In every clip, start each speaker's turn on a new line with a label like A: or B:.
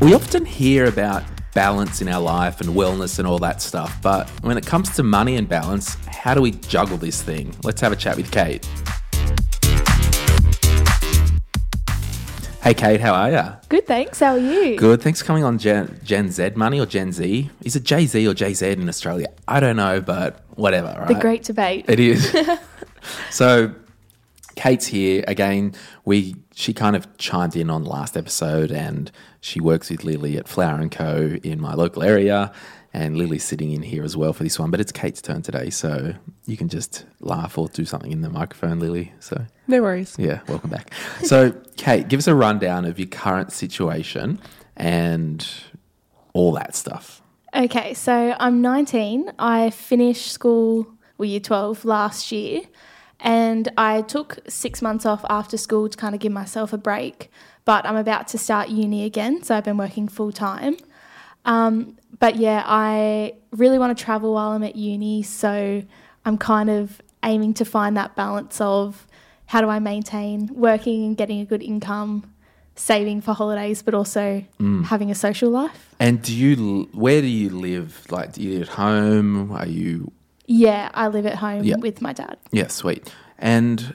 A: We often hear about balance in our life and wellness and all that stuff, but when it comes to money and balance, how do we juggle this thing? Let's have a chat with Kate. Hey, Kate, how are you?
B: Good, thanks. How are you?
A: Good. Thanks for coming on Gen, Gen Z Money or Gen Z. Is it Jay Z or Jay Z in Australia? I don't know, but whatever, right?
B: The great debate.
A: It is. so Kate's here again. We she kind of chimed in on last episode, and she works with Lily at Flower and Co. in my local area, and Lily's sitting in here as well for this one. But it's Kate's turn today, so you can just laugh or do something in the microphone, Lily. So
C: No worries.
A: yeah, welcome back. So Kate, give us a rundown of your current situation and all that stuff.
B: Okay, so I'm 19. I finished school, well, year 12 last year, and I took six months off after school to kind of give myself a break. But I'm about to start uni again, so I've been working full time. Um, but yeah, I really want to travel while I'm at uni, so I'm kind of aiming to find that balance of how do I maintain working and getting a good income, saving for holidays, but also having a social life.
A: And do you l- where do you live? Like, do you live at home? Are you
B: Yeah, I live at home
A: Yeah.
B: with my dad.
A: Yeah, sweet. And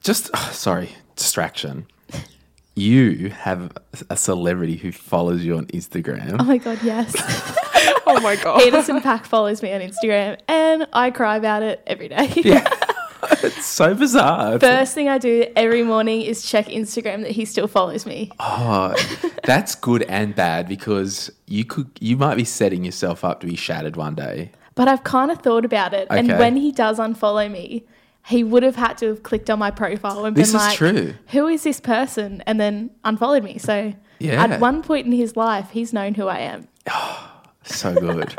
A: just sorry, distraction. You have a celebrity who follows you on Instagram.
B: Oh my god, yes.
C: Oh my god.
B: Peterson Pack follows me on Instagram and I cry about it every day.
A: Yeah. it's so bizarre.
B: First thing I do every morning is check Instagram that he still follows me.
A: Oh, that's good and bad because you could you might be setting yourself up to be shattered one day.
B: But I've kind of thought about it. And
A: Okay.
B: when he does unfollow me, he would have had to have clicked on my profile and
A: This
B: been
A: is
B: like,
A: true.
B: Who is this person? And then unfollowed me. So
A: Yeah.
B: at one point in his life, he's known who I am.
A: So good.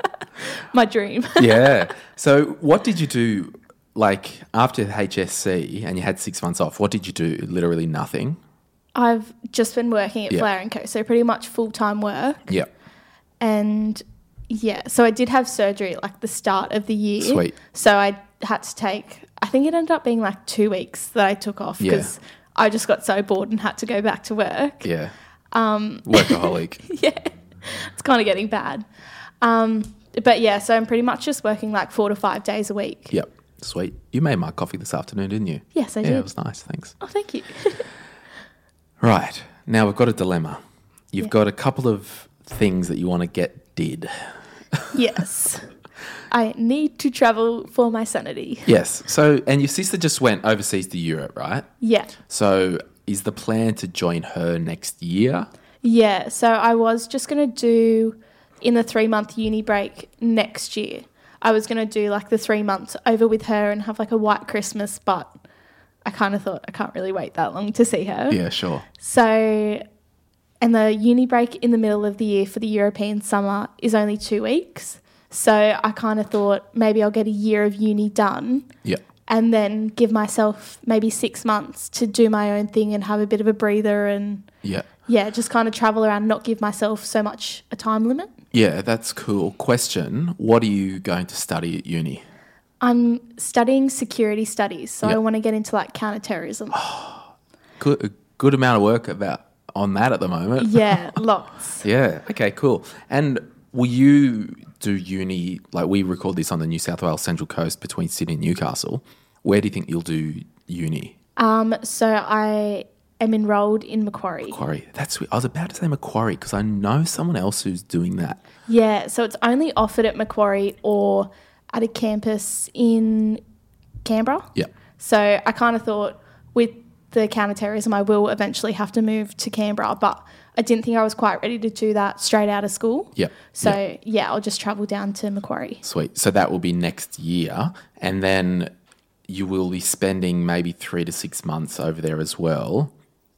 B: My dream.
A: yeah. So what did you do like after HSC and you had 6 months off? What did you do? Literally nothing.
B: I've just been working at
A: Yeah.
B: Flower and Co. So pretty much full time work.
A: Yeah.
B: and yeah, so I did have surgery at, like the start of the year.
A: Sweet.
B: So I had to take. I think it ended up being like two weeks that I took off
A: Yeah.
B: because I just got so bored and had to go back to work.
A: Yeah. Um workaholic.
B: It's kind of getting bad. Um, but yeah, so I'm pretty much just working like four to five days a week.
A: Yep. Sweet. You made my coffee this afternoon, didn't you?
B: Yes, I
A: yeah, it
B: did.
A: was nice. Thanks.
B: Oh, thank you.
A: Right. Now we've got a dilemma. You've got a couple of things that you want to get did.
B: yes. I need to travel for my sanity.
A: Yes. So, and your sister just went overseas to Europe, right?
B: Yeah.
A: So, is the plan to join her next year?
B: Yeah, so I was just going to do in the three month uni break next year. I was going to do like the three months over with her and have like a white Christmas, but I kind of thought I can't really wait that long to see her.
A: Yeah, sure.
B: So, and the uni break in the middle of the year for the European summer is only two weeks. So I kind of thought maybe I'll get a year of uni done
A: Yeah.
B: and then give myself maybe six months to do my own thing and have a bit of a breather and
A: Yeah.
B: yeah, just kind of travel around, not give myself so much a time limit.
A: Yeah, that's cool. Question What are you going to study at uni?
B: I'm studying security studies, so
A: Yeah.
B: I want to get into like counterterrorism.
A: Good, a good amount of work about on that at the moment.
B: yeah, lots.
A: Yeah. Okay, cool. And will you do uni? Like, we record this on the New South Wales Central Coast between Sydney and Newcastle. Where do you think you'll do uni?
B: Um, so I am enrolled in Macquarie.
A: Macquarie. That's I was about to say Macquarie because I know someone else who's doing that.
B: Yeah, so it's only offered at Macquarie or at a campus in Canberra.
A: Yeah.
B: So I kind of thought with the counterterrorism, I will eventually have to move to Canberra, but I didn't think I was quite ready to do that straight out of school.
A: Yeah.
B: So
A: Yeah.
B: yeah, I'll just travel down to Macquarie.
A: Sweet. So that will be next year, and then you will be spending maybe three to six months over there as well.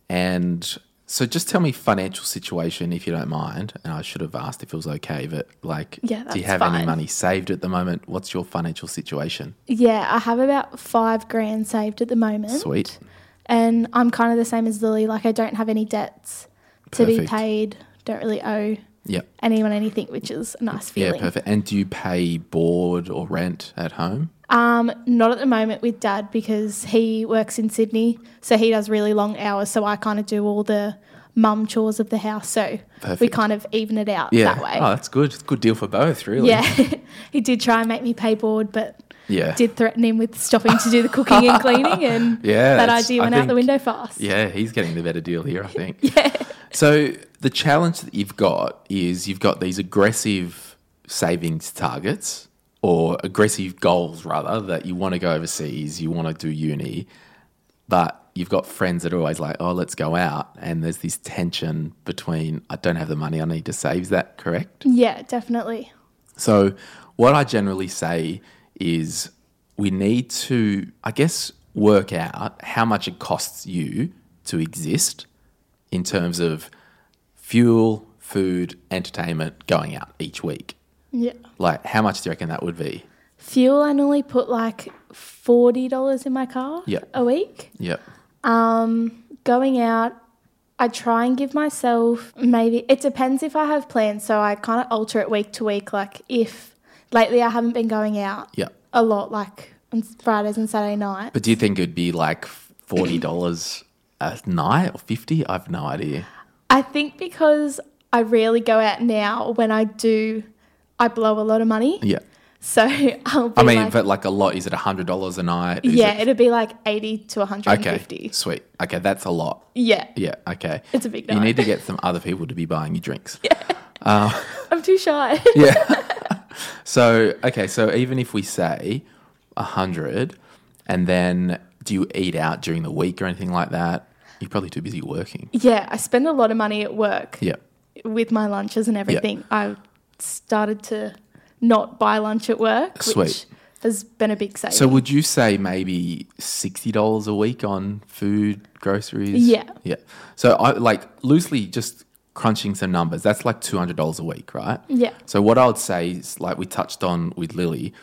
A: And so, just tell me financial situation if you don't mind. And I should have asked if it was okay, but like,
B: Yeah,
A: do you have
B: that's
A: any
B: fine.
A: money saved at the moment? What's your financial situation?
B: Yeah, I have about five grand saved at the moment.
A: Sweet.
B: And I'm kind of the same as Lily. Like, I don't have any debts to be
A: Perfect.
B: paid, don't really owe
A: Yep.
B: anyone anything, which is a nice
A: Yeah,
B: feeling.
A: perfect. And do you pay board or rent at home?
B: Um, not at the moment with dad because he works in Sydney, so he does really long hours. So I kind of do all the mum chores of the house. So we
A: Perfect.
B: kind of even it out
A: Yeah.
B: that way.
A: Oh, that's good. It's a good deal for both, really.
B: Yeah, he did try and make me pay board, but
A: Yeah.
B: did threaten him with stopping to do the cooking and cleaning, and
A: Yeah,
B: that
A: that's-
B: idea
A: I
B: went out the
A: think-
B: window fast.
A: Yeah, he's getting the better deal here, I think. yeah. So the challenge that you've got is you've got these aggressive savings targets or aggressive goals rather that you want to go overseas, you want to do uni, but you've got friends that are always like, "Oh, let's go out." And there's this tension between I don't have the money, I need to save. Is that correct?
B: yeah definitely.
A: So, what I generally say is we need to, I guess, work out how much it costs you to exist in terms of fuel, food, entertainment, going out each week.
B: Yeah.
A: Like, how much do you reckon that would be?
B: Fuel, I normally put like forty dollars in my car
A: Yeah.
B: a week.
A: Yep.
B: Going out, I try and give myself maybe it depends if I have plans, so I kind of alter it week to week. Like if lately I haven't been going out
A: Yep.
B: a lot, like on Fridays and Saturday night.
A: But do you think it'd be like $40 a night or 50 I've no idea.
B: I think because I rarely go out now. When I do, I blow a lot of money.
A: Yeah.
B: So I'll be
A: I mean,
B: like,
A: but like a lot, is it $100 a night? Is
B: yeah,
A: It,
B: it? will be like eighty to one hundred and
A: okay.
B: fifty.
A: Sweet. Okay. That's a lot.
B: Yeah,
A: Yeah, okay.
B: It's a big
A: You
B: night.
A: need to get some other people to be buying you drinks.
B: I'm too shy.
A: So, okay, so even if we say 100 and then do you eat out during the week or anything like that? You're probably too busy working.
B: yeah, I spend a lot of money at work
A: Yeah.
B: with my lunches and everything. I started to not buy lunch at work,
A: Sweet.
B: which has been a big saving.
A: So would you say maybe $60 a week on food, groceries?
B: Yeah.
A: Yeah. So I like loosely just crunching some numbers. That's like $200 a week, right?
B: yeah.
A: So what I would say is like we touched on with Lily,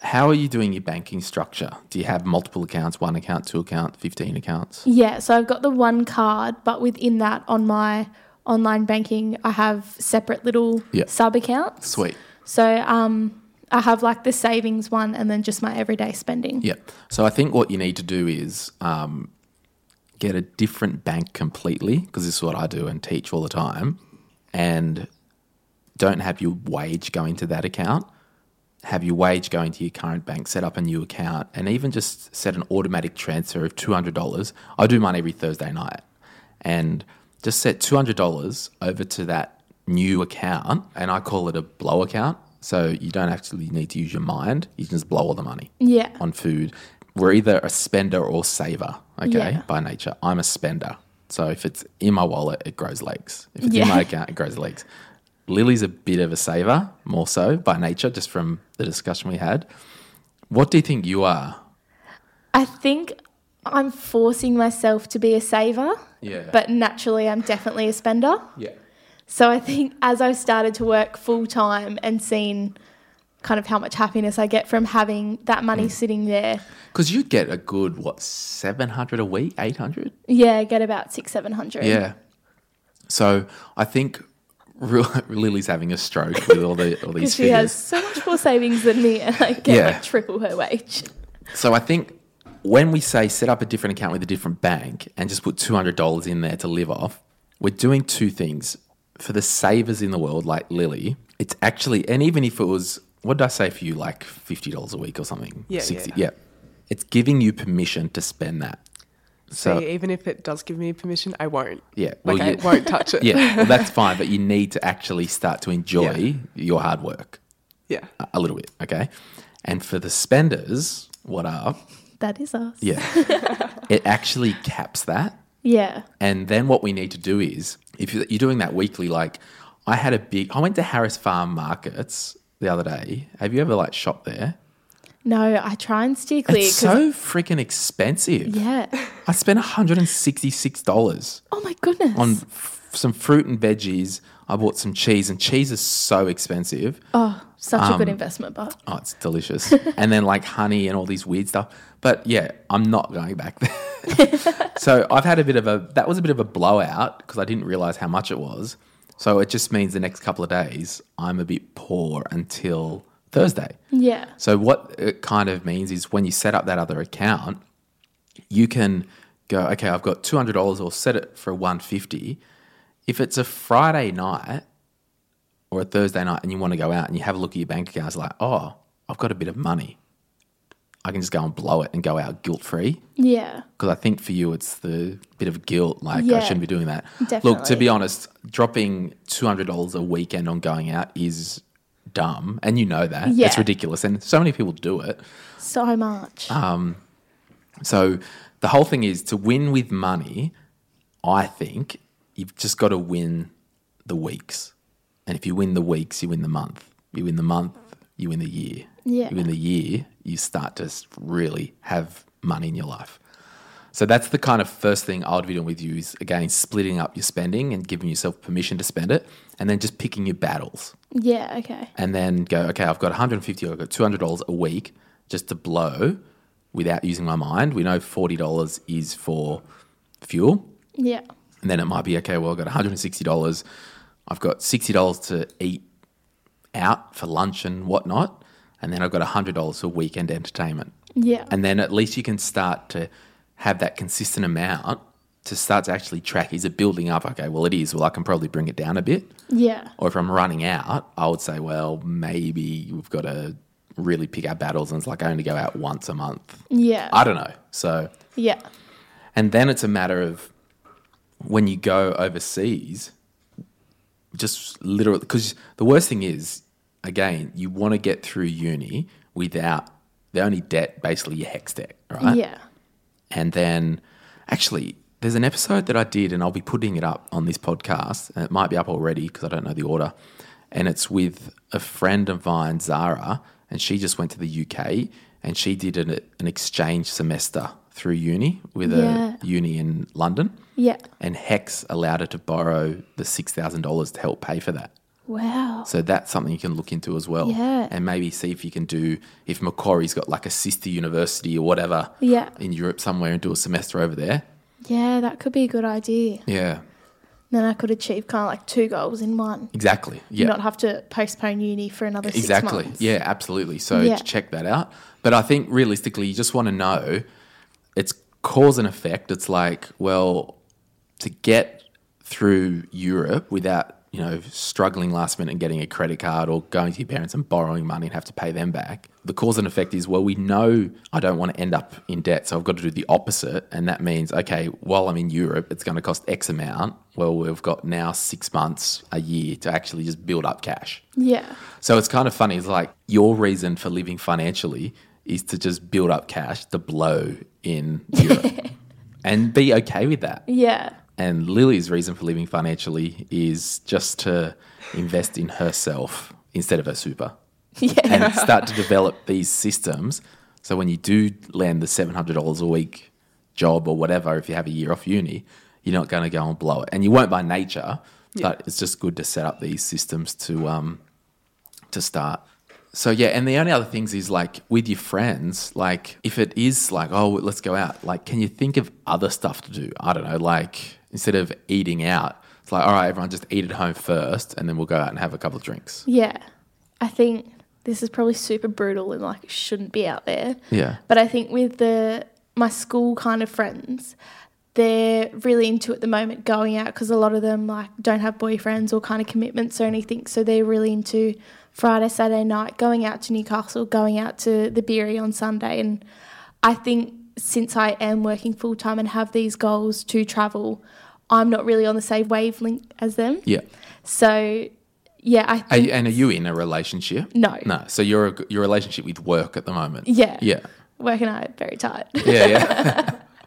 A: how are you doing your banking structure? Do you have multiple accounts, one account, two account, 15 accounts?
B: Yeah, so I've got the one card, but within that on my online banking, I have separate little
A: Yeah.
B: sub accounts.
A: Sweet.
B: So um, I have like the savings one and then just my everyday spending.
A: Yeah. So I think what you need to do is um, get a different bank completely because this is what I do and teach all the time, and don't have your wage go into that account. Have your wage go into your current bank, set up a new account, and even just set an automatic transfer of two hundred dollars. I do mine every Thursday night, and just set two hundred dollars over to that new account, and I call it a blow account. So you don't actually need to use your mind; you can just blow all the money
B: Yeah.
A: on food. We're either a spender or saver, okay,
B: Yeah.
A: by nature. I'm a spender. So if it's in my wallet, it grows legs. If it's in
B: Yeah.
A: my account, it grows legs. Lily's a bit of a saver, more so by nature, just from the discussion we had. What do you think you are?
B: I think I'm forcing myself to be a saver,
A: Yeah.
B: but naturally, I'm definitely a spender.
A: yeah.
B: So I think as I've started to work full time and seen kind of how much happiness I get from having that
A: Mm.
B: money sitting there,
A: Because you get a good, what, 700 a week, 800?
B: yeah, I get about six, seven hundred.
A: Yeah. So I think real, Lily's having a stroke with all, the, all these figures.
B: Because she has so much more savings than me, and I get
A: Yeah.
B: like triple her wage.
A: So I think when we say set up a different account with a different bank and just put $200 in there to live off, we're doing two things. For the savers in the world, like Lily, it's actually, and even if it was, what did I say for you, like $50 a week or something?
C: Yeah,
A: 60,
C: yeah.
A: yeah. It's giving you permission to spend that. So,
C: So even if it does give me permission, I won't.
A: yeah.
C: Like
A: well,
C: I
A: you-
C: won't touch it.
A: yeah, well, that's fine, but you need to actually start to enjoy
C: Yeah.
A: your hard work
C: Yeah.
A: a- a little bit, okay? And for the spenders, what are?
B: That is us.
A: Yeah. it actually caps that.
B: Yeah.
A: And then what we need to do is, if you- you're doing that weekly, like I had a big, I went to Harris Farm Markets the other day. Have you ever like shopped there?
B: No, I try and steer clear.
A: It's so
B: 'cause-
A: freaking expensive.
B: yeah.
A: I spent $166
B: Oh my goodness.
A: on f- some fruit and veggies. I bought some cheese, and cheese is so expensive.
B: oh, such a good investment, but
A: Oh, it's delicious. and then like honey and all these weird stuff. But yeah, I'm not going back there. so I've had a bit of a that was a bit of a blowout because I didn't realize how much it was. So it just means the next couple of days I'm a bit poor until Thursday.
B: yeah.
A: So what it kind of means is when you set up that other account, you can go, okay, I've got two hundred dollars, or set it for one fifty, if it's a Friday night or a Thursday night and you want to go out and you have a look at your bank account, it's like, oh, I've got a bit of money. I can just go and blow it and go out guilt free.
B: Yeah.
A: Because I think for you, it's the bit of guilt, like I
B: Yeah.
A: shouldn't be doing that. Look, to
B: Definitely.
A: be honest, dropping two hundred dollars a weekend on going out is dumb, and you know that it's
B: Yeah.
A: ridiculous, and so many people do it.
B: So much.
A: Ah. So the whole thing is to win with money. I think you've just got to win the weeks, and if you win the weeks, you win the month. You win the month, you win the year.
B: Yeah.
A: You win the year, you start to s- really have money in your life. So that's the kind of first thing I would be doing with you is again splitting up your spending and giving yourself permission to spend it, and then just picking your battles
B: yeah. Okay.
A: and then go, okay, I've got 150 or I've got 200 dollars a week just to blow without using my mind. We know 40 dollars is for fuel,
B: Yeah.
A: and then it might be okay. Well, I've got 160 dollars. I've got 60 dollars to eat out for lunch and whatnot, and then I've got 100 dollars for weekend entertainment.
B: Yeah.
A: And then at least you can start to have that consistent amount to start to actually track. Is it building up? Okay, well, it is. Well, I can probably bring it down a bit
B: yeah.
A: or if I'm running out, I would say, well, maybe we've got to really pick our battles and it's like I only go out once a month.
B: Yeah.
A: I don't know. So,
B: yeah.
A: and then it's a matter of when you go overseas, just literally, because the worst thing is, again, you want to get through uni without the only debt, basically your hex debt, right?
B: Yeah.
A: And then actually, there's an episode that I did, and I'll be putting it up on this podcast. And it might be up already because I don't know the order. And it's with a friend of mine, Zara, and she just went to the UK and she did an, an exchange semester through uni with
B: Yeah.
A: a uni in London.
B: Yeah.
A: And Hex allowed her to borrow the $6,000 to help pay for that.
B: Wow.
A: So that's something you can look into as well.
B: Yeah.
A: And maybe see if you can do, if Macquarie's got like a sister university or whatever
B: Yeah.
A: in Europe somewhere and do a semester over there.
B: Yeah, that could be a good idea.
A: Yeah.
B: Then I could achieve kind of like two goals in one.
A: Exactly. Yeah.
B: Not have to postpone uni for another six
A: exactly.
B: months.
A: Yeah, absolutely. So
B: Yeah.
A: check that out. But I think realistically, you just want to know it's cause and effect. It's like, well, to get through Europe without, you know, struggling last minute and getting a credit card or going to your parents and borrowing money and have to pay them back. The cause and effect is, well, we know I don't want to end up in debt, so I've got to do the opposite. And that means, okay, while I'm in Europe, it's going to cost X amount. Well, we've got now six months, a year to actually just build up cash.
B: Yeah.
A: So it's kind of funny. It's like your reason for living financially is to just build up cash to blow in Europe and be okay with that.
B: Yeah.
A: And Lily's reason for living financially is just to invest in herself instead of her super
B: Yeah.
A: and start to develop these systems. So when you do land the $700 a week job or whatever, if you have a year off uni, you're not going to go and blow it. And you won't by nature, but it's just good to set up these systems to um, to start. So yeah, and the only other things is like with your friends, like if it is like, oh, let's go out, like can you think of other stuff to do? I don't know, like instead of eating out, it's like, all right, everyone just eat at home first and then we'll go out and have a couple of drinks.
B: Yeah. I think this is probably super brutal and like shouldn't be out there.
A: Yeah.
B: But I think with the my school kind of friends, they're really into at the moment going out because a lot of them like don't have boyfriends or kind of commitments or anything. So they're really into Friday, Saturday night, going out to Newcastle, going out to the Beery on Sunday. And I think since I am working full time and have these goals to travel, I'm not really on the same wavelength as them.
A: Yeah.
B: So yeah, I
A: Are
B: think
A: you, and are you in a relationship?
B: No.
A: No. So you're a, your relationship with work at the moment.
B: Yeah.
A: Yeah.
B: working out very tight.
A: Yeah. Yeah.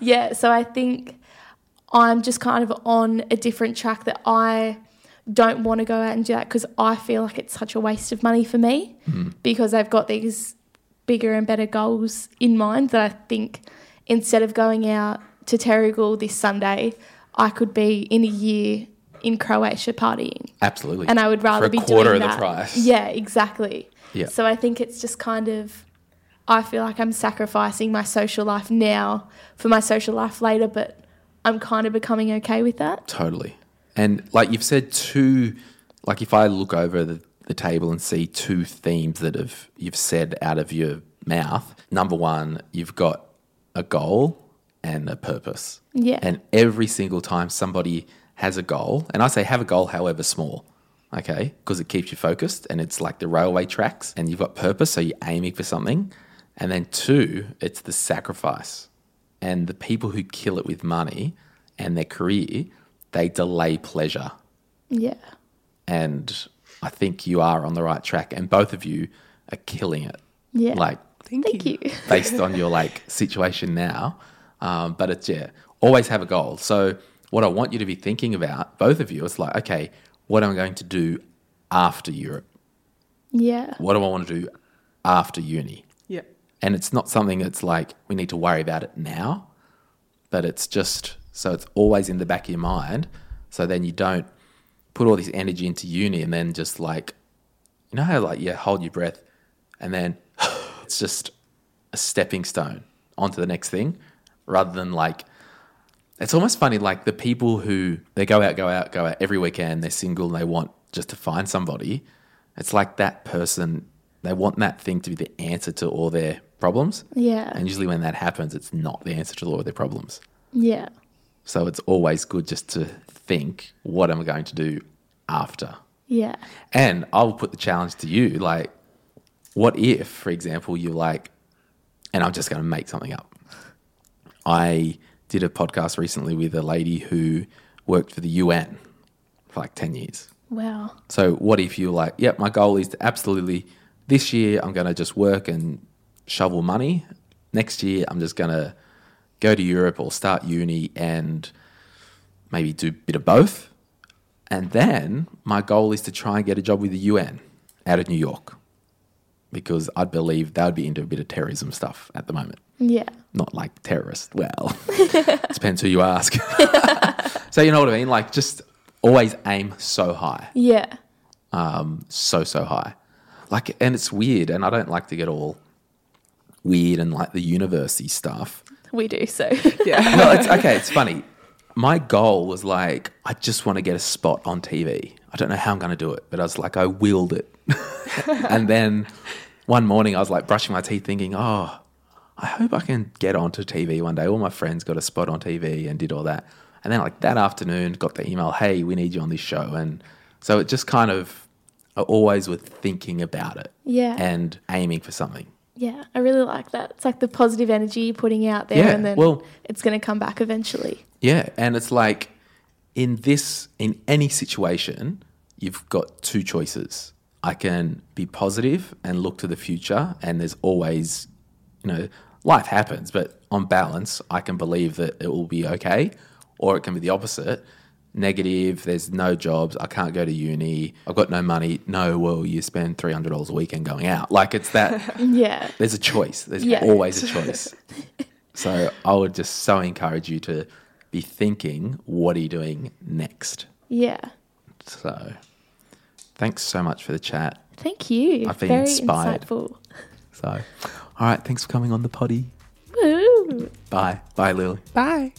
B: yeah, so I think I'm just kind of on a different track that I don't want to go out and do that because I feel like it's such a waste of money for me
A: Hmm.
B: because I've got these bigger and better goals in mind that I think instead of going out to Terrigal this Sunday, I could be in a year in Croatia partying.
A: Absolutely.
B: and I would rather
A: For a
B: be
A: quarter
B: doing
A: of the
B: that.
A: price.
B: Yeah, exactly.
A: Yeah.
B: So I think it's just kind of I feel like I'm sacrificing my social life now for my social life later, but I'm kind of becoming okay with that.
A: Totally. And like you've said, two, like if I look over the, the table and see two themes that have you've said out of your mouth. Number one, you've got a goal and a purpose.
B: Yeah.
A: And every single time somebody has a goal, and I say have a goal, however small, okay, because it keeps you focused and it's like the railway tracks and you've got purpose, so you're aiming for something. And then two, it's the sacrifice. And the people who kill it with money and their career, they delay pleasure.
B: Yeah.
A: And I think you are on the right track, and both of you are killing it.
B: Yeah.
A: Like,
C: Thank,
B: Thank you.
A: based on your like situation now. Um, but it's yeah, always have a goal. So what I want you to be thinking about, both of you, it's like okay, what am I going to do after Europe?
B: Yeah.
A: What do I want to do after uni?
C: Yeah.
A: And it's not something that's like we need to worry about it now, but it's just so it's always in the back of your mind. So then you don't put all this energy into uni and then just like, you know how like you hold your breath and then it's just a stepping stone onto the next thing rather than like, it's almost funny like the people who they go out, go out, go out every weekend, they're single and they want just to find somebody. It's like that person, they want that thing to be the answer to all their problems.
B: Yeah.
A: And usually when that happens, it's not the answer to all their problems.
B: Yeah.
A: So it's always good just to think, what am I going to do after?
B: Yeah.
A: And I'll put the challenge to you like, what if, for example, you're like, and I'm just going to make something up. I did a podcast recently with a lady who worked for the UN for like 10 years.
B: Wow.
A: So what if you're like, yep, my goal is to absolutely this year I'm going to just work and shovel money. Next year I'm just going to go to Europe or start uni and maybe do a bit of both. And then my goal is to try and get a job with the UN out of New York because I believe they would be into a bit of terrorism stuff at the moment
B: Yeah.
A: not like terrorist. Well, depends who you ask. so you know what I mean? Like just always aim so high,
B: Yeah.
A: um, so so high. Like, and it's weird, and I don't like to get all weird and like the university stuff.
B: We do so.
C: Yeah.
A: Well, it's okay. It's funny. My goal was like, I just want to get a spot on TV. I don't know how I'm going to do it, but I was like, I willed it. and then one morning, I was like brushing my teeth, thinking, oh, I hope I can get onto TV one day. All my friends got a spot on TV and did all that. And then, like that afternoon, got the email, hey, we need you on this show. And so it just kind of, I always was thinking about it
B: Yeah.
A: and aiming for something.
B: yeah. I really like that. It's like the positive energy you're putting out there
A: Yeah,
B: and then
A: well-
B: it's going to come back eventually.
A: Yeah, and it's like in this in any situation, you've got two choices. I can be positive and look to the future and there's always, you know, life happens, but on balance, I can believe that it will be okay, or it can be the opposite. Negative, there's no jobs, I can't go to uni, I've got no money. No, well, you spend $300 a weekend going out. Like it's that
B: Yeah.
A: there's a choice. There's
B: Yeah.
A: always a choice. so I would just so encourage you to be thinking, what are you doing next?
B: Yeah.
A: So thanks so much for the chat.
B: Thank you.
A: I've been
B: Very
A: inspired.
B: insightful.
A: So, all right, thanks for coming on the potty.
B: Woo.
A: Bye. Bye, Lily.
C: Bye.